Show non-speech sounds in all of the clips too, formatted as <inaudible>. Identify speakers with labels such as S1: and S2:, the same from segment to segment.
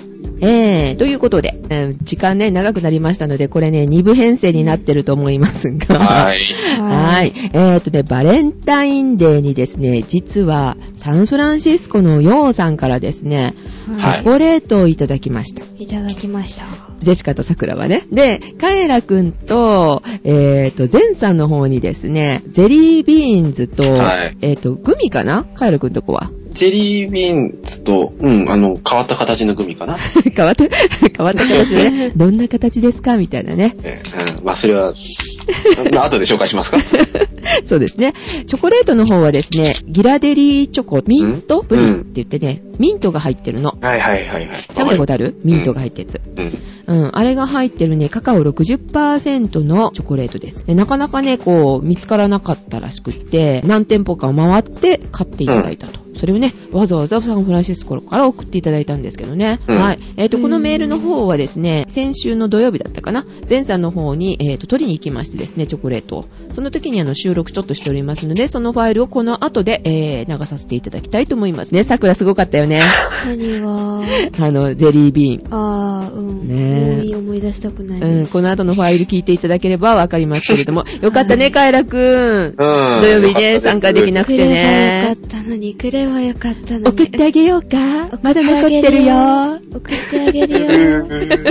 S1: ー、ということで、えー時間ね、長くなりましたので、これね、2部編成になってると思いますが。
S2: はい。
S1: はい。えー、とね、バレンタインデーにですね、実は、サンフランシスコのヨウさんからですね、チ
S2: はい
S1: ョコレートをいただきました。
S3: い。いただきました。
S1: ジェシカと桜はね。で、カエラくんと、えっ、と、ゼンさんの方にですね、ゼリービーンズと、
S2: はい
S1: えっ、と、グミかなカエラくんとこは。 <laughs>
S2: ジェリービーンズと、うん、あの、変わった形のグミか <laughs> な。
S1: 変わった、変わった形で
S2: <laughs>
S1: ね、どんな形ですかみたいなね。
S2: えーうん、まあ、それは、まあ後で紹介しますか。
S1: <laughs> そうですね。チョコレートの方はですね、ギラデリーチョコ、ミントブリスって言ってね、ミントが入ってるの。
S2: <laughs> はいはいはいはい。
S1: 食べたことある
S2: うん
S1: ミントが入ったやつ。
S2: うん。
S1: うん、あれが入ってるね、カカオ60%のチョコレートです。でなかなかね、こう、見つからなかったらしくって、何店舗か回って買っていただいたと。それをね、わざわざサンフランシスコから送っていただいたんですけどね。
S2: うん
S1: はい。えっ、と、このメールの方はですね、先週の土曜日だったかな、前さんの方に、えっ、と、取りに行きましてですね、チョコレートを。その時にあの、収録ちょっとしておりますので、そのファイルをこの後で、えー、流させていただきたいと思いますね。桜すごかったよね。
S3: 何が、
S1: <laughs> あの、ゼリービーン。
S3: あー、うん。
S1: ねえ
S3: もういい思い出したくない
S1: うん、
S3: です。
S1: この後のファイル聞いていただければわかりますけれど
S2: <laughs>
S1: も。よかったね、カエラくん。
S2: うん。
S1: 土曜日
S2: よかった
S1: ね、
S2: です
S1: 参加できなく
S3: く
S1: て
S3: ればよ
S1: ね
S3: かっ。たのに、くればよかったのに。
S1: 送ってあげようかまだ残ってるよ。
S3: 送ってあげ
S2: う
S1: <laughs>
S3: るよ。
S2: ーん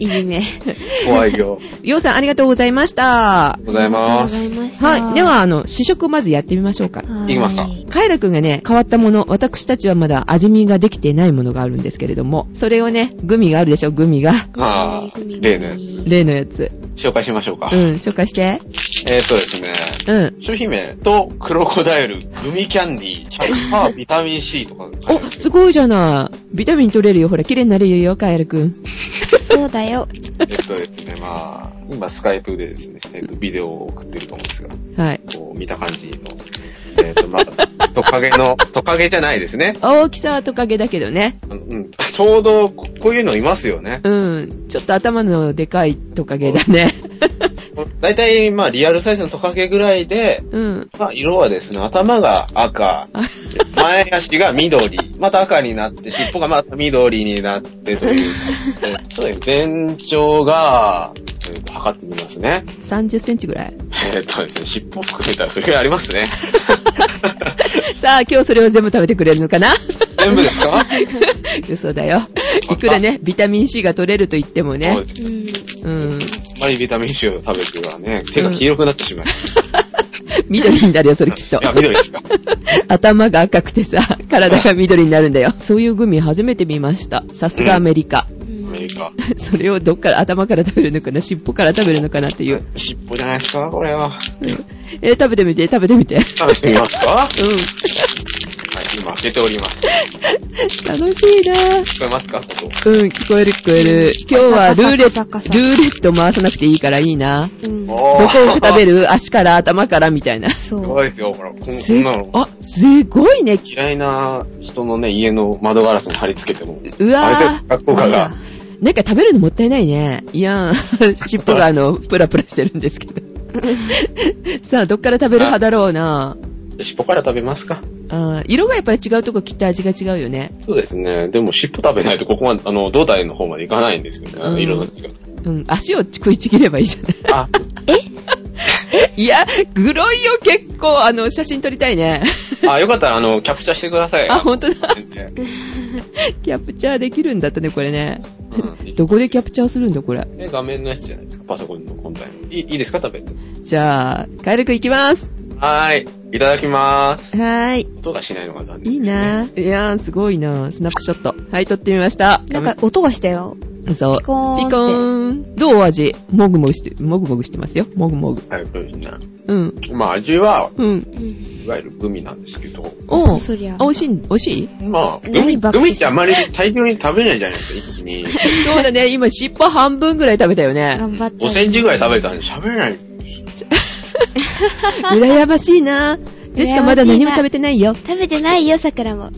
S3: いじめ。あり
S2: 怖いよ。
S1: ようさん、ありがとうございました
S2: ありがとう。ございま
S3: がと
S2: す。
S3: うございました。
S1: はい。では、あの、試食まずやってみましょうか。
S3: はい、
S2: いきますか
S1: カエラくんがね、変わったもの、私たちはまだ味見ができてないものがあるんですけれども、それをね、グミがあるでしょ、グミが。
S2: あ
S3: グミグミ
S2: ー例のやつ
S1: 例のやつ。
S2: 紹介しましょうか。
S1: うん、紹介して。
S2: えーとですね、
S1: うん。
S2: 商品名とクロコダイル、グミキャンディー、キャンパー、ビタミン C とか。
S1: お、すごいじゃない。ビタミン取れるよ。ほら、綺麗になれるよ、カエラくん。
S3: そうだよ。
S2: えっとですね、まあ、今スカイプでですね、えっと、ビデオを送ってると思うんですが、
S1: はい。
S2: こう見た感じの、えっと、まあ、トカゲの、トカゲじゃないですね。
S1: 大きさはトカゲだけどね。
S2: あのうん、ちょうどここういうのいますよね。
S1: うん。ちょっと頭のでかいトカゲだね。
S2: だいたい、まあ、リアルサイズのトカゲぐらいで、
S1: うん。
S2: まあ、色はですね、頭が赤、前足が緑、また赤になって、尻尾がまた緑になってという、えっとね、全長が、えっと測ってみますね。
S1: 30センチぐらい。
S2: えっとですね、尻尾含めたらそれぐらいありますね。
S1: さあ、今日それを全部食べてくれるの <laughs> かな
S2: 全部です <laughs> か
S1: 嘘だよ。いくらね、ビタミン C が取れると言っても
S2: そう
S1: ね。
S2: です。
S3: う
S1: う
S3: ん。
S1: ん。
S2: あんまりビタミン C を食べてはね、手が黄色くなってしまいます。
S1: 緑になるよ、それきっと
S2: い。や、緑ですか。
S1: 頭が赤くてさ、体が緑になるんだよ。そういうグミ初めて見ました。さすがアメリカ。
S2: アメリカ。
S1: それをどっから頭から食べるのかな、尻尾から食べるのかなっていう。
S2: 尻尾じゃないですかこれは。
S1: えー食べてみて、食べてみて。うん。
S2: 食べてみますかはい、今開けております。
S1: 楽しいなぁ。
S2: 聞こえますかこ
S1: <laughs> う
S2: こ。
S1: ん、聞こえる聞こえる。今日はルーレッ
S3: サ
S1: ト、
S3: カサカサカサ
S1: ルーレット回さなくていいからいいな。
S3: うん。
S1: ど
S2: お
S1: こを食べ
S2: る
S1: る足から頭からみたいな。
S3: そ
S2: す
S3: う
S2: ご。いですよ、ほら。こんこ
S1: す
S2: んなの。
S1: あ、すごいね。
S2: 嫌いな人のね、家の窓ガラスに貼り付けても。
S1: うわ
S2: あれで、効果が。
S1: ぁ。なんか食べるのもったいないね。いやー、 <laughs> 尻尾があの、プラプラしてるんですけ <laughs> ど。さあ、どっから食べる派だろうな
S2: 尻尾から食べますか
S1: あー色がやっぱり違うとこ切って味が違うよね。
S2: そうですね。でも尻尾食べ
S1: <laughs>
S2: ないとここまで、あの、胴体の方までいかないんですよね。あ
S1: う
S2: の
S1: ん
S2: 色の違う。
S1: うん、足を食いちぎればいいじゃない。
S2: あ、
S1: いや、グロいよ、結構。あの、写真撮りたいね。
S2: あ、よかったら、あの、キャプチャーしてください。
S1: あ、ほんとだ。
S2: う
S1: キャプチャーできるんだったね、これね。
S2: ん
S1: どこでキャプチャーするんだ、これ。
S2: え画面のやつじゃないですか、パソコンの本体の。いいいいですか、食べて。
S1: じゃあ、カエルくんいきます。
S2: はーい。いただきまーす。
S1: はーい。
S2: 音がしないのが残念
S1: いい
S2: です、ね。
S1: なぁ。いやー、すごいなぁ。スナップショット。はい、撮ってみました。
S3: なんか、音がしたよ。
S1: そう。
S3: ピコーンって
S1: ピコーン。どうお味もぐもぐして、もぐもぐしてますよ。もぐもぐ。
S2: はい、そうですね。
S1: うん。
S2: まあ、味は、
S1: うん。
S3: うん。
S2: いわゆるグミなんですけど、
S1: お
S3: そう
S1: う
S3: そりゃ
S1: あ、美味しい、美味しい
S2: まあ、グ
S3: 何
S2: ミ、
S3: ばっか
S2: グ
S3: り
S2: ミってあまり大量に食べないじゃないですか、一気に。
S1: そうだ <laughs> ね。今、尻尾半分ぐらい食べたよね。
S3: 頑張って。
S2: 5センチぐらい食べたんで喋れない。
S1: 羨ましいなぁ。ジェシカまだ何も食べてないよ。
S3: 食べてないよ、桜も。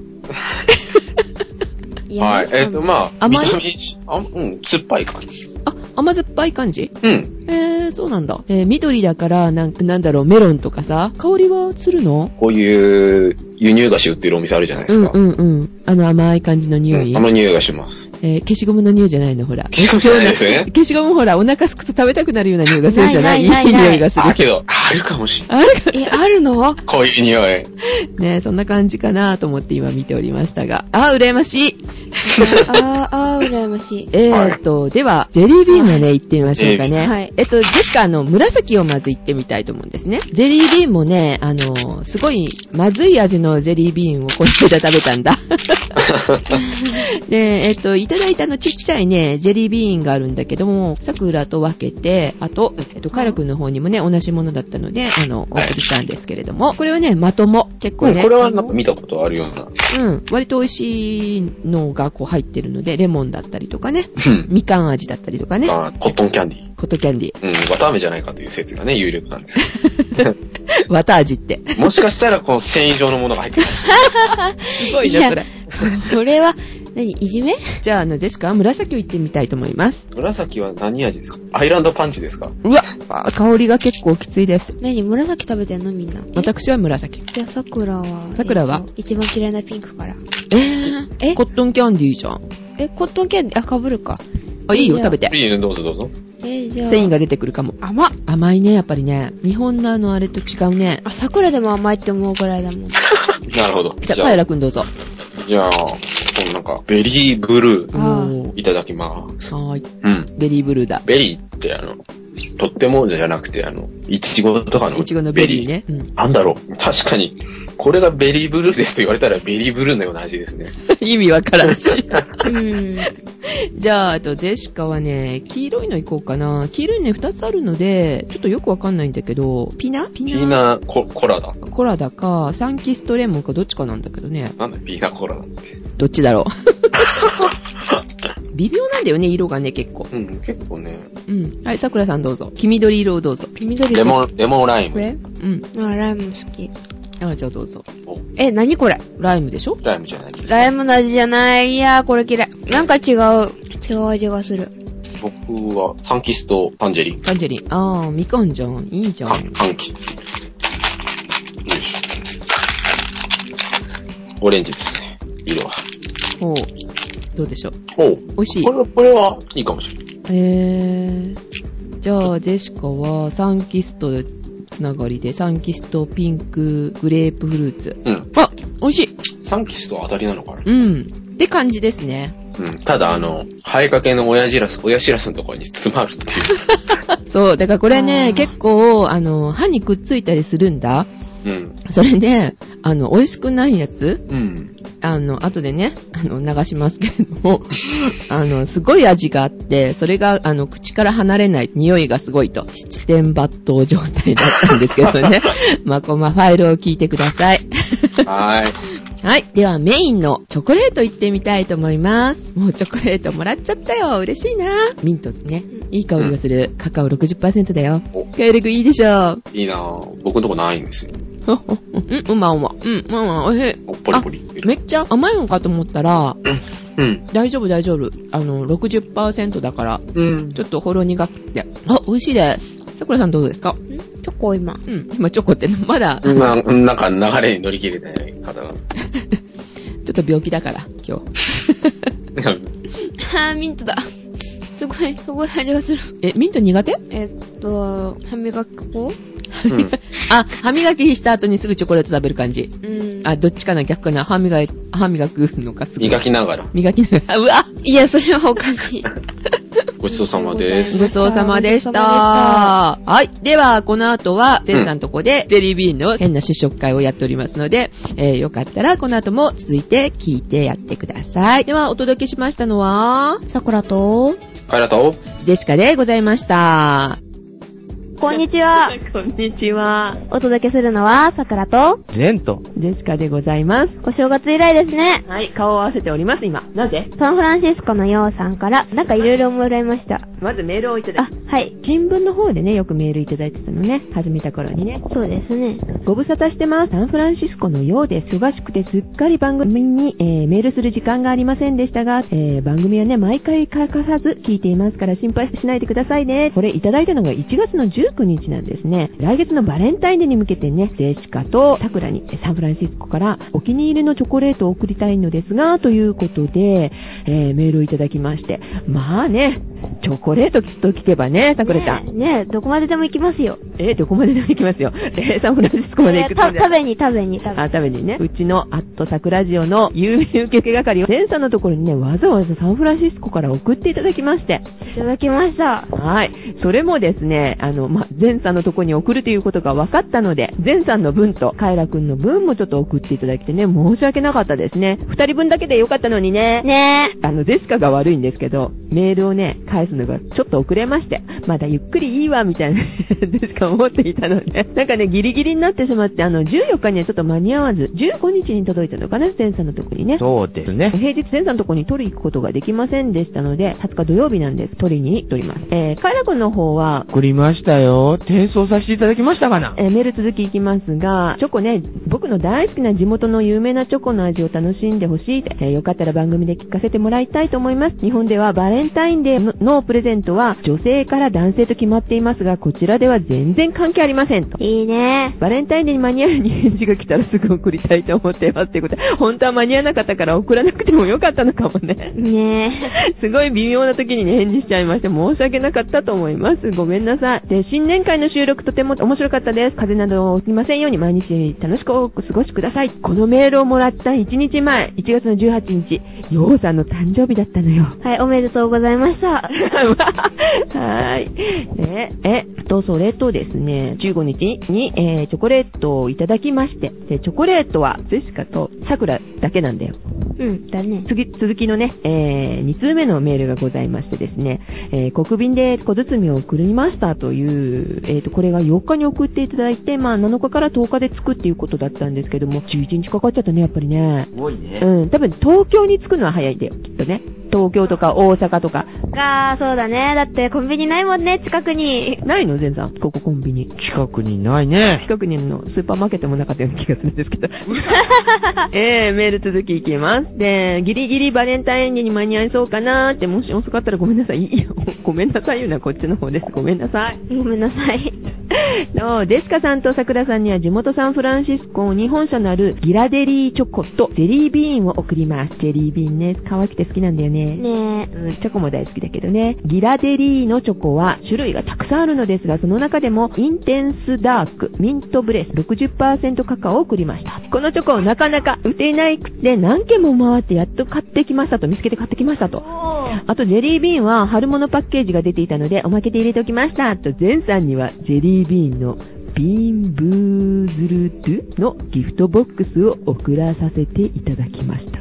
S3: いや
S2: はい。えっ、と、まあ、
S1: 甘い
S2: ビタミン C あ、うん、酸っぱい感じ。
S1: あ、甘酸っぱい感じ
S2: うん。
S1: えー、そうなんだ。えー、緑だから、なん、なんだろう、メロンとかさ、香りはするの
S2: こういう輸入菓子売ってるお店あるじゃないで
S1: う
S2: す
S1: ん
S2: か。
S1: うんうん。あの甘い感じの匂い。
S2: あの匂いがします。
S1: えー消しゴムの匂いじゃないの、ほら。
S2: 消しゴムじゃないですね
S1: <laughs> 消しゴムほら、お腹すくと食べたくなるような匂いがするじゃない
S3: ないないないない
S1: い匂いがする
S2: あ、。けど、あるかもしれない。
S1: あれ
S3: え、あるの
S2: こういう匂い。
S1: <laughs> ねそんな感じかなと思って今見ておりましたが。あー、羨ましい。
S3: あー、あー、羨ましい。
S1: <laughs> えーっと、では、ジェリービーンがね、行ってみましょうかね。
S3: はい
S1: えっと、ジェシカ、あの、紫をまず行ってみたいと思うんですね。ジェリービーンもね、あの、すごい、まずい味のジェリービーンをこの間食べたんだ。で、えっと、いただいたあの、ちっちゃいね、ジェリービーンがあるんだけども、桜と分けて、あと、えっと、カラ君の方にもね、同じものだったので、あの、お送りしたんですけれども、これはね、まとも。結構
S2: こ
S1: ね。
S2: れはなんか見たことあるような。
S1: うん。割と美味しいのがこう入ってるので、レモンだったりとかね、
S2: うん。
S1: みかん味だったりとかね、
S2: まあ、コットンキャンディ
S1: コトキャンディ、
S2: ー。うん、綿飴じゃないかという説がね、有力なんです
S1: <laughs> 綿味って。
S2: けど。もしかしたら、この繊維状のものが入ってる。
S1: す
S3: ごいなそれ。それは、何いじめ
S1: じゃあ、あの、ジェシカは紫をいってみたいと思います。
S2: 紫は何味ですかアイランドパンチですか
S1: うわあ香りが結構きついです。
S3: 何紫食べてんのみんな。
S1: 私は紫。
S3: じゃあ、桜は。
S1: 桜は
S3: えっと一番嫌いなピンクから。
S1: えー、
S3: え
S1: コットンキャンディーじゃん。
S3: え、コットンキャンディ、あ、かぶるか。
S1: あ、いいよ、
S3: いいよ
S1: 食べて。
S2: いいね、どうぞどうぞ。
S3: え、じゃあ。
S1: 繊維が出てくるかも。甘っ甘いね、やっぱりね。日本のあの、あれと違うね。
S3: あ、桜でも甘いって思うぐらいだもん。
S2: なるほど。
S1: じゃあ、
S2: じゃ
S1: カエ
S2: あ、
S1: ラくんどうぞ。
S2: じゃあこのなんか、ベリーブル
S3: あ
S2: ー、
S3: ー
S1: おー
S2: いただきます。
S1: はーい。
S2: うん。
S1: ベリーブルーだ。
S2: ベリーってあの、とってもじゃなくて、あの、いちごとかの。
S1: いちごのベリー。ね。うん。 <laughs>
S2: なんだろう。確かに、これがベリーブルーですと言われたら、ベリーブルーのような味ですね。
S1: 意味わからんし。
S3: <laughs> うん。
S1: じゃあ、あと、ジェシカはね、黄色いのいこうかな。黄色いのね、二つあるので、ちょっとよくわかんないんだけど、ピナピ
S2: ピーナーココラだ。
S1: コラだか、サンキストレモンかどっちかなんだけどね。
S2: なんだ、ピーナーコラだって。
S1: どっちだろ <laughs> う。微妙なんだよね、色がね、結構。
S2: うん、結構ね。
S1: うん。はい、桜さんどうぞ。黄緑色をどうぞ。
S3: 緑
S2: レモン、レモンライ
S3: こ
S2: ム。
S1: う
S3: れ
S1: ん。
S3: あ、ライム好き。
S1: あ、じゃあどうぞ。
S3: え、何これ
S1: ライムでしょ
S2: ライムじゃないです。
S3: ライムの味じゃない。いやー、これ嫌い。なんか違う。違う味がする。
S2: 僕は、サンキスとパンジェリー。
S1: パンジェリン。あー、みかんじゃん。いいじゃ
S2: か
S1: ん。
S2: パンキス。よいしょ。オレンジですね。色は。
S1: ほう。どうでしょう。
S2: おう。
S1: 美味しい
S2: こ。れ、これは、いいかもしれない。
S1: えー、じゃあ、ジェシカはサンキストつながりで、サンキストピンクグレープフルーツ。
S2: うん。
S1: あ、美味しい。
S2: サンキスとは当たりなのかな
S1: うん。って感じですね。
S2: うん。ただ、あの、生えかけの親じらす、親しらすのところに詰まるってい
S1: <laughs> そう。だからこれ
S3: あ
S1: ね、
S3: ー
S1: 結構、あの、歯にくっついたりするんだ。
S2: う。 <laughs> うん。
S1: それで、あの、美味しくないやつ、
S2: うん。
S1: あの、後でね、あの、流しますけれども、 <laughs> あの、すごい味があって、それが、あの、口から離れない、匂いがすごいと、七点抜刀状態だったんですけど
S2: <laughs>
S1: ね。まこまファイルを聞いてください。 <laughs>
S2: はーい。
S1: はい。ではメインのチョコレートいってみたいと思います。もうチョコレートもらっちゃったよ。嬉しいな。ミントね。いい香りがする。カカオ60%だよ
S2: お。
S1: カエル君いいでしょう。
S2: <laughs> いいなぁ。僕のとこないんですよ。
S1: ほほほうん、うまうま。うん、うまうま。おいしい。
S2: おポリポリいってる。
S1: めっちゃ甘いのかと思ったら、
S2: うん。
S1: 大丈夫大丈夫。あの、60%だから、
S2: うん。
S1: ちょっとほろ苦くて。あ、美味しいです。桜さんどうですか
S3: んチョコ今。
S1: うん。今チョコって <laughs> のまだ、ちょ
S2: な、なんか流れに乗り切れてない方が。
S1: っと病気だから、今日。
S3: <laughs>
S1: <laughs>
S3: あー、ミントだ。すごい、すごい味がする。
S1: え、ミント苦手
S3: えっと、歯磨き粉
S2: うん。
S1: あ、歯磨きした後にすぐチョコレート食べる感じ。
S3: うん。
S1: あ、どっちかな逆かな歯磨き、歯磨くのかすぐ。
S2: 磨きながら。
S1: 磨きながら。うわ
S3: いや、それはおかし
S1: <laughs>
S3: い。
S2: ごちそうさまです。
S1: ごちそうさまでした。はい。では、この後は、ゼンさんとこで、ゼリービーンの変な試食会をやっておりますので、えー、よかったら、この後も続いて聞いてやってください。では、お届けしましたのは、
S3: 桜と、
S2: ありがとう。
S1: ジェシカでございました。
S4: こんにちは。
S5: こんにちは。
S4: お届けするのは、さくらと、
S6: レント。
S1: ジェシカでございます。
S4: お正月以来ですね。
S5: はい、顔を合わせております、今。なぜ
S4: サンフランシスコのようさんから、なんかいろいろもらいました。
S5: まずメールをいただ
S4: あ
S5: い、
S4: はい。
S5: 新聞の方でね、よくメールいただいてたのね。始めた頃にね。
S4: そうですね。
S5: ご無沙汰してます。サンフランシスコのようで忙しくてすっかり番組に、えーメールする時間がありませんでしたが、えー番組はね、毎回欠かさず聞いていますから心配しないでくださいね。これいただいたのが1月の15
S1: 19日なんですね。来月のバレンタインデーに向けてね、デシカとタクラにサンフランシスコからお気に入りのチョコレートを送りたいのですが、ということで、えーメールをいただきまして。まあね、チョコレートきっと来てばね、タクラちゃん。
S7: ねえねえ、どこまででも行きますよ。
S1: えーどこまででも行きますよ。えーサンフランシスコまで行くつも
S7: た
S1: りだ
S7: 食べに食べに食べ
S1: あ、
S7: に。
S1: 食べにね、うちのアットタクラジオの郵便受付係を、センさんのところにね、わざわざサンフランシスコから送っていただきまして、
S7: いただきました。
S1: はい。それもですね、あの、ま、前さんのとこに送るということが分かったので、前さんの分と、カイラくんの分もちょっと送っていただいてね、申し訳なかったですね。二人分だけでよかったのにね。
S7: ね
S1: あの、ジェシカが悪いんですけど、メールをね、返すのがちょっと遅れまして、まだゆっくりいいわ、みたいな <laughs> 、ジェシカ思っていたので、なんかね、ギリギリになってしまって、あの、14日にはちょっと間に合わず、15日に届いたのかな、センさんのとこにね。
S8: そうですね。
S1: 平日センターのとこに取りに行くことができませんでしたので、20日土曜日なんです。取りに行っております。えー、カイラ君の方は、
S8: 送りましたよ。転送させていただきましたかな
S1: えーメール続きいきますが、チョコね、僕の大好きな地元の有名なチョコの味を楽しんでほしいって、えーよかったら番組で聞かせてもらいたいと思います。日本ではバレンタインデーののプレゼントは女性から男性と決まっていますが、こちらでは全然関係ありませんと。
S7: え。いいね
S1: バレンタインデーに間に合うに返事が来たらすぐ送りたいと思っていますということで、本当は間に合わなかったから送らなくてもよかったのかもね。
S7: え。ね
S1: <laughs> すごい微妙な時にね、返事しちゃいまして、申し訳なかったと思います。ごめんなさい。で、新年会の収録とても面白かったです。風邪などを起きませんように毎日楽しくお過ごしください。このメールをもらった1日前、1月の18日、ようさんの誕生日だったのよ。
S7: え。はい、おめでとうございました。
S1: <laughs> はい。え、え、と、それとですね、15日に、えーチョコレートをいただきまして、で、チョコレートは、ジェシカとサクラだけなんだよ。
S7: うん、だね。
S1: 次、続きのね、えー、2通目のメールがございましてですね、えー、国便で小包みを送りましたという、えーと、これが4日に送っていただいて、まあ、7日から10日で着くっていうことだったんですけども、11日かかっちゃったね、やっぱりね。
S8: すごいね。
S1: うん、多分東京に着くのは早いんだよ、きっとね。東京とか大阪とか。
S7: かー、そうだね。だってコンビニないもんね、近くに。
S1: ないの全然。ここコンビニ。
S8: 近くにないね。
S1: 近くにのスーパーマーケットもなかったような気がするんです
S7: <laughs>
S1: けど。えー、メール続きいきます。で、ギリギリバレンタインデーに間に合いそうかなーって、もし遅かったらごめんなさい。いいよ。ごめんなさい言うのはこっちの方です。ごめんなさい。
S7: ごめんなさ
S1: <laughs>
S7: い。
S1: の、デシカさんと桜さんには地元サンフランシスコに本社のあるギラデリーチョコとゼリービーンを送ります。ゼリービーンね、可愛くて好きなんだよね。
S7: ねえ。
S1: うんチョコも大好きだけどね。ギラデリーのチョコは種類がたくさんあるのですが、その中でもインテンスダーク、ミントブレス、60%カカオを送りました。このチョコをなかなか売っていないくて何軒も回ってやっと買ってきましたと、見つけて買ってきましたと。あと、ジェリービーンは春物パッケージが出ていたので、おまけで入れておきました。と、前さんには、ジェリービーンの、ビーンブーズルドゥのギフトボックスを送らさせていただきました。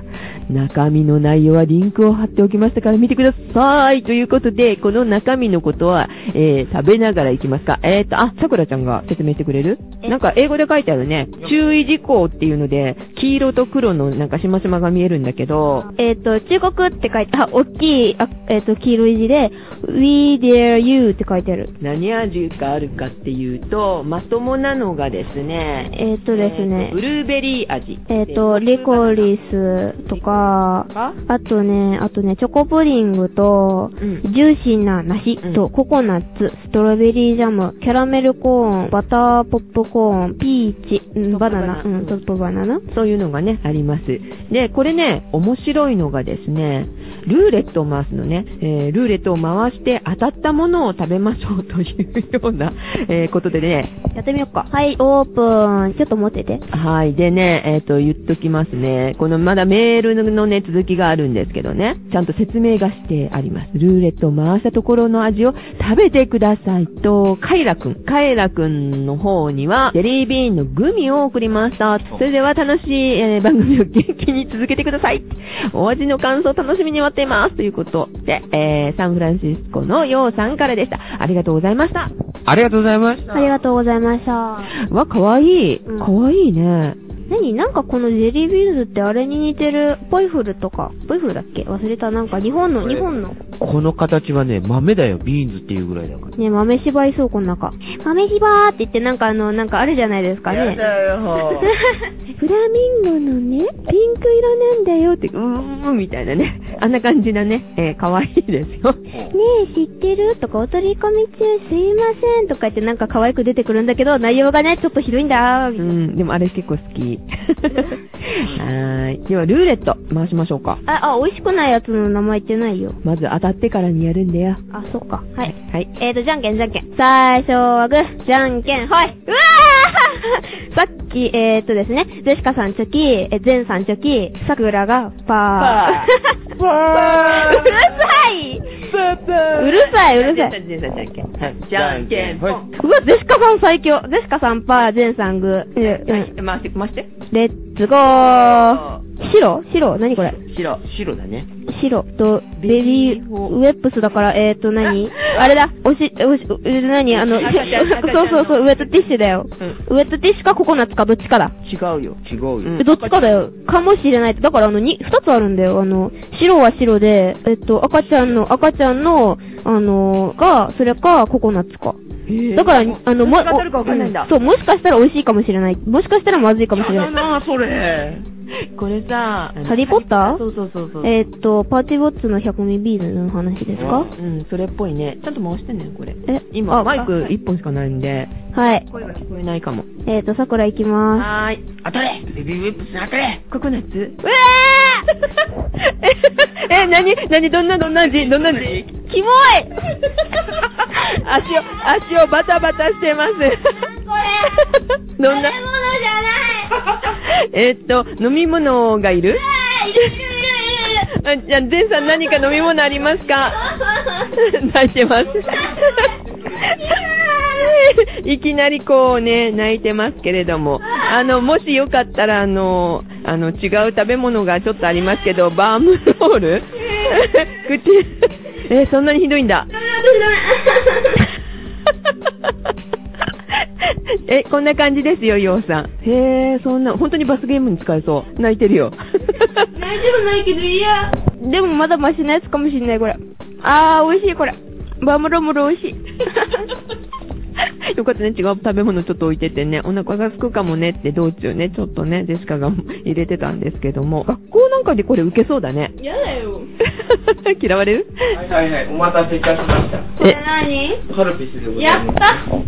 S1: 中身の内容はリンクを貼っておきましたから見てくださいということで、この中身のことは、えー、食べながらいきますか。えーと、あ、さくらちゃんが説明してくれる
S7: え
S1: なんか英語で書いてあるね。注意事項っていうので、黄色と黒のなんかしましまが見えるんだけど、
S7: えっ、と、中国って書いて、あ、大きい、あえっ、と、黄色い字で、we, dear, you って書いてある。
S1: 何味があるかっていうと、まともなのがですね、
S7: えっ、とですね
S1: えーと、ブルーベリー味。
S7: えっ、と、リコリスとか、
S1: か
S7: あとね、あとね、チョコプリングと、
S1: うん
S7: ジューシーな梨と、
S1: うん
S7: ココナッツ、ストロベリージャム、キャラメルコーン、バターポップコーン、ピーチ、う
S1: ト
S7: ん
S1: ップ
S7: バナナ、
S1: バナナ
S7: うん、トップバナナ。
S1: そういうのがね、あります。で、これね、面白いのがですね、ルーレットを回すのね、えールーレットを回して当たったものを食べましょうというような、えーことでね、
S7: やってみよっか。はい、オープン。ちょっと持ってて。
S1: はい。でね、えっ、と、言っときますね。このまだメールのね、続きがあるんですけどね。ちゃんと説明がしてあります。ルーレットを回したところの味を食べてくださいと、カイラくん。カイラくんの方には、ゼリービーンのグミを送りました。それでは楽しい、えー番組を元気に続けてください。お味の感想を楽しみに待っています。ということで、えー、サンフランシスコのヨウさんからでした。ありがとうございました。
S8: ありがとうございました。
S7: ありがとうございました。
S1: わ、かわいい。
S7: うん
S1: かわいいね。
S7: 何なんかこのジェリービーンズってあれに似てる、ポイフルとか、ポイフルだっけ忘れた。なんか日本の、
S8: これ
S7: 日本の。
S8: この形はね、豆だよ。ビーンズっていうぐらいだから。
S7: ね、豆芝居倉庫の中。豆ひばーって言ってなんかあの、なんかあるじゃないですかね。
S1: よ
S7: フラミンゴのね、
S1: ピンク色なんだよって、うーん、みたいなね。 <laughs> あんな感じなね、えー、可愛いですよ。
S7: <laughs> ねえ、知ってるとか、お取り込み中すいませんとか言ってなんか可愛く出てくるんだけど、内容がね、ちょっとひどいんだー、み
S1: う
S7: たい
S1: ん、でもあれ結構好 <laughs> き。はーい。では、ルーレット、回しましょうか。
S7: な。あ、あ、美味しくないやつの名前言ってないよ。
S1: まず当たってからにやるんだよ。
S7: あ、そっか。はい。。
S1: はい。
S7: えーと、じゃんけんじゃんけん。最初はグー、じゃんけん、ほい。うわー <laughs> さっき、えーとですね、ジェシカさんチョキ、え、ゼンさんチョキ、さくらがパ <laughs> ー。
S1: わ
S7: うるさいーうるさいうるさい
S1: じゃんけん。
S8: じゃんけんぽん
S7: うわ、ジェシカさん最強。ジェシカさんパー、ゼンさんグー。うんうん
S1: 回して、回して。
S7: レッツゴー白白何これ
S1: 白。白だね。
S7: 白と、ベビーウェップスだから、えーと何、
S1: <laughs>
S7: あれだ、おし、おし、おえ何あの、
S1: 赤ちゃん赤ちゃん
S7: <laughs> そうそうそう、ウェットティッシュだよ。
S1: うん。
S7: ウェットティッシュかココナッツかどっちかだ。
S1: 違うよ。
S8: 違うよ。
S1: うん
S7: どっちかだよ。かもしれないって。だからあの、に、二つあるんだよ。あの、白は白で、えっと、赤ちゃんの、赤ちゃんの、あの、が、それか、ココナッツか。だから、あの、
S1: どっちが当たるかわかんないんだ
S7: うそう、もしかしたら美味しいかもしれない。もしかしたらまずいかもしれない。
S1: なそれ。これさ、
S7: ハリーポッター
S1: そうそうそうそう。
S7: えーっと、パーティーボッツの100ミリビーズの話ですか、
S1: うん、それっぽいね。ちゃんと回してんねよ、これ。
S7: え、
S1: 今、
S7: あ
S1: マイク1本しかないんで、
S7: はい。
S1: 声が聞こえないかも。
S7: えーっと、桜行きま
S1: はーい。当たれベビーウィップス当たれココナッツ
S7: ーす。うわ
S1: <laughs>
S7: ーえ、なになにどんなどんな字どんな字キモい
S1: 足を、足をバタバタしてます。
S7: これ
S1: <laughs> どんな
S7: 食べ物じゃない
S1: <laughs> えーっと、飲み物がいる
S7: あーいるいるいるいる
S1: あじゃあ、ゼンさん何か飲み物あります <laughs> か泣いてます。いきなりこうね、泣いてますけれども、あの、もしよかったら、あの、あの、違う食べ物がちょっとありますけど、バームロール口、え、そんなにひどいんだ。 <laughs> え、こんな感じですよ、ようさん。へえ、そんな、本当にバスゲームに使えそう。泣いてるよ。
S7: 大丈夫ないけど、いや。でもまだマシなやつかもしんない、これ。あー、美味しい、これ。バムロムロ美味しい。
S1: <laughs> よかったね、違う食べ物ちょっと置いててね、お腹が空くかもねって道中ね、ちょっとね、ジェシカが入れてたんですけども、学校なんかでこれ受けそうだね。
S7: 嫌だよ。
S1: <laughs> 嫌われる
S8: はいはいはい、お待たせいたしました。
S7: これ何
S8: カルピスでござい
S7: や
S8: ま
S7: っ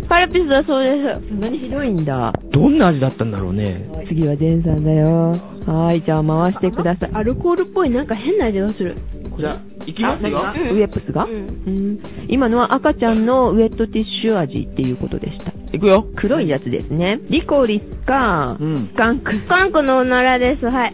S8: す。
S7: たカルピスだそうです。
S1: そんなにひどいんだ。
S8: どんな味だったんだろうね。
S1: 次はジェンさんだよ。はーい、じゃあ回してください。
S7: アルコールっぽいなんか変な味がする。
S8: じゃあ、いきますよ。
S1: あウエップスが、うん今のは赤ちゃんのウェットティッシュ味っていうことでした。
S8: いくよ。
S1: 黒いやつですね。リコリスか、
S8: うん
S1: スカンク。
S7: スカンクのおならです、はい。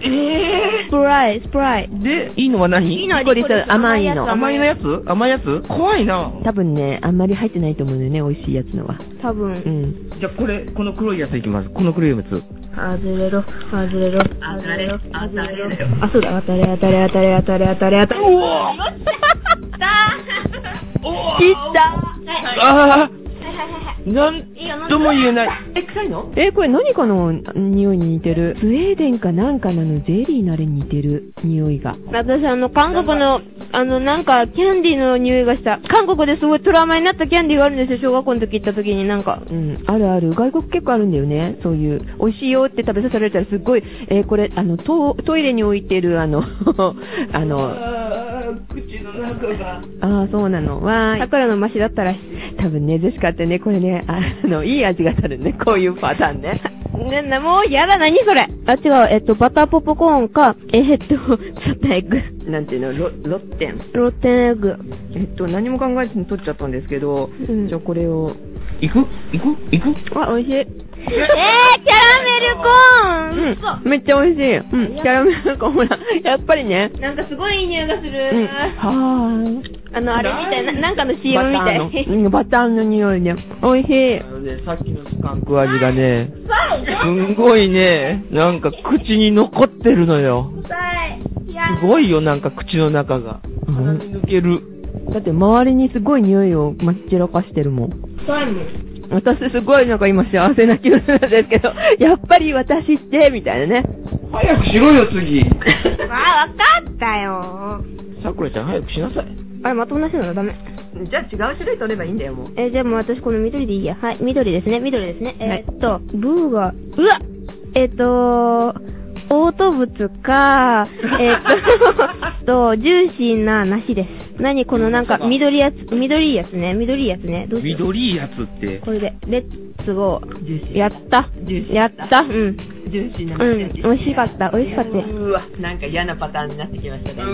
S7: スプライ、スプライ。
S8: で、いいのは何
S7: いいのは
S1: リコリス
S7: リコリス
S1: 甘いの
S8: 甘いのやつ甘いやつ怖いな
S1: 多分ね、あんまり入ってないと思うんだよね、美味しいやつのは。
S7: 多分。
S1: うん。
S8: じゃあこれ、この黒いやついきます。この黒いやつ。
S7: あずれろ、あずれろ、あずれろ、あずれろ。あ、そうだ、当たれ当たれ当たれ当たれ当たれ当たれ。うわ
S1: 切った
S8: あーなんとも言えない。
S1: え、臭いのえ、これ何かの匂いに似てる。スウェーデンかなんかなのゼリーなれに似てる匂いが。
S7: 私、あの、韓国の、あの、なんか、キャンディーの匂いがした。韓国ですごいトラウマになったキャンディーがあるんですよ、小学校の時行った時になんか。
S1: うん、あるある。外国結構あるんだよね。そういう。美味しいよって食べさせられたらすっごい、えーこれ、あの、トトイレに置いてる、あの、 <laughs> あの、
S8: 口の中が。
S1: ああ、そうなの。わーい。
S7: 桜のマシだったらしい。
S1: 多分ね、ジェシカってね、これね、あの、いい味がするね。こういうパターンね。
S7: ね、な、もう、やだ、何それ。あ、違う、えっと、バターポップコーンか、えっと、ちょっとエッ
S1: <laughs>
S7: グ。
S1: なんていうの、ロロッテン。
S7: ロッテンエッグ。
S1: えっと、何も考えずに取っちゃったんですけど、
S7: うん
S1: じゃあこれを、
S8: いくいくいく
S1: わ、美味しい。
S7: えー、キャラメルコーン、
S1: めっちゃ美味しい。うん、キャラメルコーンほら、やっぱりね。
S7: なんかすごいいい匂いがする。
S1: うん。はーい。
S7: あの、あれみたいな、なんかの CM みたい。 <laughs>
S1: バターの、うんバターの匂いね。美味しい。
S8: さっきのスカンク味がね、すんごいね、なんか口に残ってるのよ。すごいよ、なんか口の中が。鼻に抜ける。
S1: だって周りにすごい匂いをまき散らかしてるもん。私すごいなんか今幸せな気がするんですけど、 <laughs> やっぱり私って、みたいなね。
S8: 早くしろよ、次。
S7: あ、わかったよ。
S8: さくらちゃん早くしなさい。
S7: あれ、まともな人ならダメ。
S1: じゃあ違う種類取ればいいんだよ、もう。
S7: えーじゃあもう私この緑でいいや。はい、緑ですね、緑ですね。
S1: はい
S7: えーっと、ブーが、うわえーっと、嘔吐物か、えーっ <laughs> と、と、ジューシーな梨です。何このなんか、緑やつ、緑いやつね、緑いやつね。どうしよう。
S8: 緑いやつって。
S7: これで、レッツゴー。
S1: ジューシー。
S7: やった。
S1: ジューシー。
S7: やった。うん。
S1: ジューシーな
S7: う
S1: 感
S7: ん。
S1: じ
S7: 美
S1: だね
S7: 味しかった。美味しかったよ。
S1: うわ、なんか嫌なパターンになってきましたね。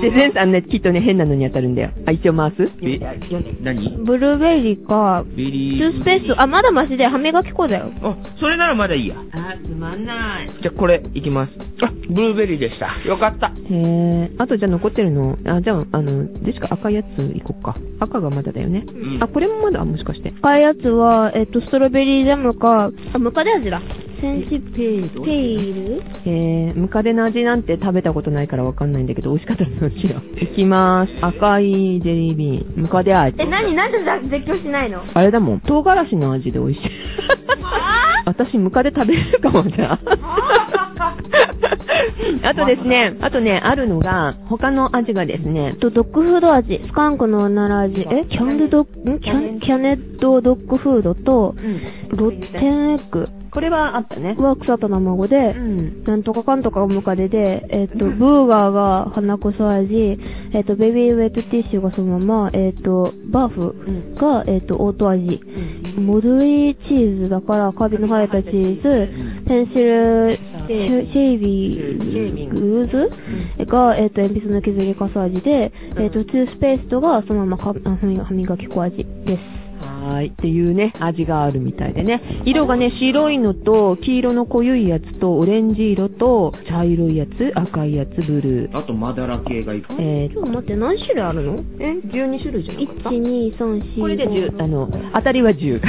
S1: で、ゼンさんね、きっとね、変なのに当たるんだよ。あ、一応回す
S8: え何
S7: ブルーベリーか、
S8: ベ
S7: ツ
S8: リ
S7: ースペース、あ、まだマシで歯磨き粉だよ。
S8: あ、それならまだいいや。
S1: あー、つまんない。
S8: じゃあこれ、いきます。あ、ブルーベリーでした。よかった。
S1: へえ。あとじゃあ残ってるの、あ、じゃあ、あの、でしか赤いやついこっか。赤がまだだよね。
S8: うん
S1: あ、これもまだ、もしかして。
S7: 赤いやつは、えっと、ストロベリージャムか、あ、ムカデ味だ。センシ
S1: ペイド
S7: ペイル
S1: えー、ムカデの味なんて食べたことないからわかんないんだけど、美味しかったらどうしよう。いきまーす。赤いジェリービーン。ムカデ味。
S7: え、なになんで絶叫しないの
S1: あれだもん。唐辛子の味で美味しい。私、ムカデ食べれるかもじゃあ。あとですね、あとね、あるのが、他の味がですね
S7: えっ、と、ドッグフード味、スカンクのおなら味、え、キャンドドッ、んキャン、キャネットドッグフードと、ロッテンエッグ
S1: これはあったね。
S7: は草と卵で、
S1: うん。
S7: なんとかかんとかがムカデで、えっ、と、ブーガーが鼻くそ味、えっ、と、ベビーウェットティッシュがそのまま、えっ、と、バーフが、えっ、と、オート味。モルイチーズだから、カビの生えたチーズ、ペンシルシェシェイビーグーズが、えっ、と、鉛筆の削りかす味で、えっ、と、ツースペーストがそのままかあ歯磨き粉味です。
S1: はーい。っていうね、味があるみたいでね。色がね、白いのと、黄色の濃ゆいやつと、オレンジ色と、茶色いやつ、赤いやつ、ブルー。
S8: あと、まだら系がいく。
S1: え
S7: 今日待って何種類あるの
S1: ー、え、12種類じゃなかった
S7: 1、2、3、4、
S1: これで10、あの、当たりは10。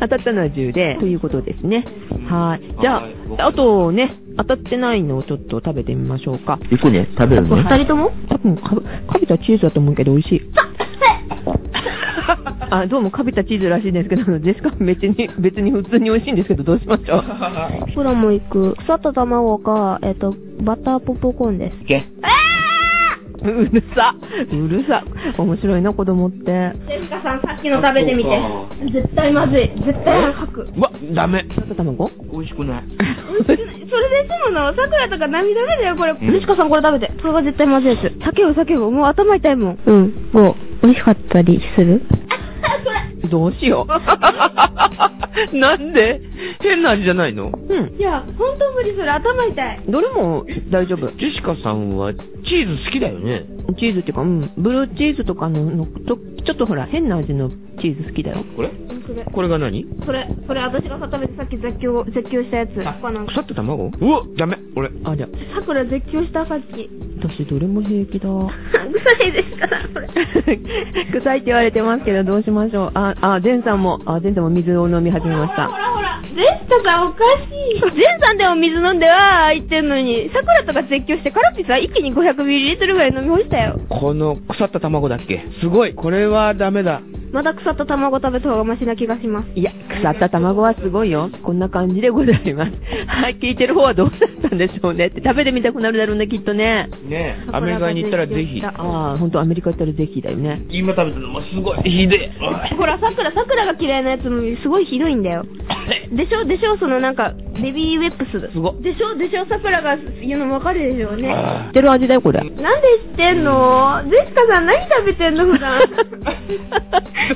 S1: 当たったのは10で、ということですね。はい。じゃ
S2: はい
S1: あ、あとね、当たってないのをちょっと食べてみましょうか。
S8: いくね。食べるね。
S1: 人とも多分か、かびたチーズだと思うけど美味しい。 <laughs> あ、どうもかびたチーズらしいんですけど、あのジェシカ別に、別に普通に美味しいんですけど、どうしましょう。
S7: プロも行く。腐った卵か、えっ、と、バターポップコーンです。
S8: いけ。
S1: う <laughs> るさ。うるさ。面白いな、子供って。
S7: セスカさん、さっきの食べてみて。絶対まずい。絶対吐く。
S8: うわ、ダメ。
S1: ちょっと卵
S8: 美味しくない。
S7: それで済むの桜とか涙目だよ、これ。
S8: ん
S7: ジェシカさん、これ食べて。これが絶対まずいやつ。叫ぶ、叫ぶ。もう頭痛いもん。うん。もう、美味しかったりする
S1: どうしよ <laughs>
S8: なんで変な味じゃないの
S1: う。うん。
S7: いや、ほんと無理それ。頭痛い。
S1: どれも大丈夫。
S8: ジェシカさんはチーズ好きだよね。
S1: チーズっていうか、うん、ブルーチーズとかののと、ちょっとほら、変な味のチーズ好きだよ。
S8: これ
S7: それ、
S8: これが何
S7: それ、それ私がさ食べてさっき絶叫、絶叫したやつ。他の
S8: 腐った卵うわ、ダメ。俺。
S1: ありゃ、
S7: 桜絶叫したさっき。
S1: 私どれも平気だ。
S7: 臭いでしたな、これ。
S1: <laughs> 臭いって言われてますけど、どうしましょう。あ、あ、デンさんも、あ、デンさんも水を飲み始めました。
S7: らほら、ジェスタさんおかしい。 <laughs> ジェスさんでも水飲んでは言ってんのに、さくらとか絶叫してカラピさ、一気に 500ml ぐらい飲み干したよ。
S8: この腐った卵だっけすごい。これはダメだ。
S7: まだ腐った卵食べた方がマシな気がします。
S1: いや、腐った卵はすごいよ。こんな感じでございます。 <laughs> はい、聞いてる方はどうだったんでしょうねって。食べてみたくなるだろうね、きっとね。
S8: ねえ。アメリカに行ったらぜひ。
S1: ああ、ほんとアメリカ行ったらぜひだよね。
S8: 今食べたのもすごい。ひでえ。
S7: ほら、さくら、さくらが嫌いなやつもすごいひどいんだよ。でしょでしょそのなんか、ベビーウェップス。
S8: <laughs> すご
S7: でしょでしょさくらが言うのもわかるでしょうね。
S1: 知ってる味だよ、これ。
S7: なんで知ってんのジェシカさん何食べてんの普段。
S8: ど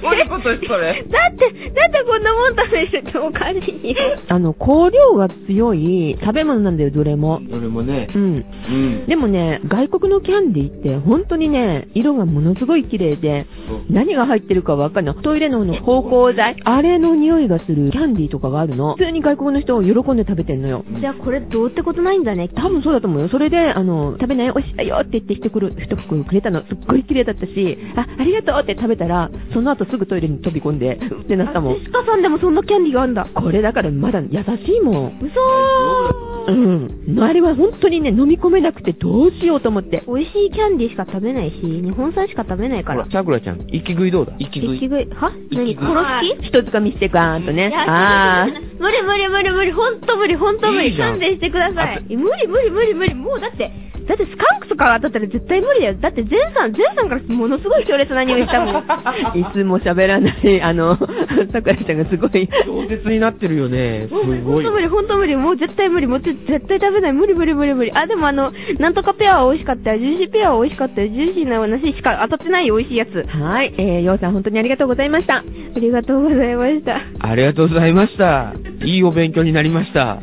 S8: ういうことそれ。
S7: <laughs> だって、だってこんなもん食べてておかしい。
S1: あの、香料が強い食べ物なんだよ、どれも。
S8: 俺もね。
S1: うん。
S8: うん。
S1: でもね、外国のキャンディーって本当にね、色がものすごい綺麗で、何が入ってるかわかんない。トイレの方の芳香剤、あれの匂いがするキャンディーとかがあるの。普通に外国の人を喜んで食べてんのよ。
S7: じゃあこれどうってことないんだね。
S1: 多分そうだと思うよ。それで、あの、食べないおいしいよって言って一袋、一袋くれたの。すっごい綺麗だったし、あ、ありがとうって食べたら、その後すぐトイレに飛び込んで、うってなったもん
S7: ジェ。シカさんでもそんなキャンディーがあんだ。
S1: これだからまだ優しいもん。
S7: 嘘
S1: う
S7: ー。
S1: ん。あれは本当にね、飲み込めなくてどうしようと思って。
S7: 美味しいキャンディーしか食べないし、日本産しか食べない
S8: ほ、
S7: からら。
S8: さくらちゃん、息食いどうだ息食
S7: 一
S8: い。
S7: 食い、は何コロッキ
S1: 一つかみしてガーンとね。あ
S7: あ
S1: ー。
S7: 無理無理無理無理、ほんと無理、ほんと無
S8: いい
S7: 理、
S8: じゃん
S7: 勘弁してください。無理無理無理無理、もうだって、だだってスカンクとか当たったら絶対無理だよ。だって前さん、前さんからものすごい強烈な匂いしたも
S1: <laughs>
S7: ん。
S1: いつも喋らない、あの、 <laughs> さくらちゃんがすごい、
S8: 饒舌になってるよね。す
S7: ほ
S8: ご
S7: ん
S8: い
S7: と。無理、ほんと無理、もう絶対無理、もう絶対食べない、無理無理無理無理。あ、でもあの、なんとかペアは美味しかったよ、ジューシーペアは美味しかったよ、ジューシーな話しか当たってない美味しいやつ。
S1: はい、えー、ようさん本当にありがとうございました。
S7: ありがとうございました。
S8: ありがとうございました。いいお勉強になりました。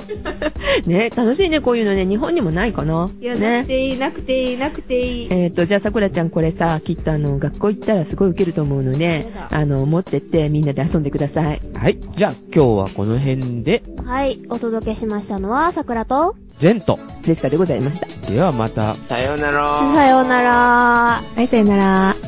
S1: ね、楽しいね、こういうのね、日本にもないかな。
S7: いや、
S1: ね
S7: なく。ていい、なくていい、なくていい。
S1: えっ、と、じゃあ、さくらちゃん、これさ、きっとあの、学校行ったらすごいウケると思うので
S7: そう、だ
S1: あの、持ってってみんなで遊んでください。
S8: はい。じゃあ今日はこの辺で、
S9: はい、お届けしましたのは、桜と、
S8: ゼント。
S1: ジェシカでございました。
S8: ではまた。
S2: さようなら
S9: さようなら。
S1: はい、さよなら。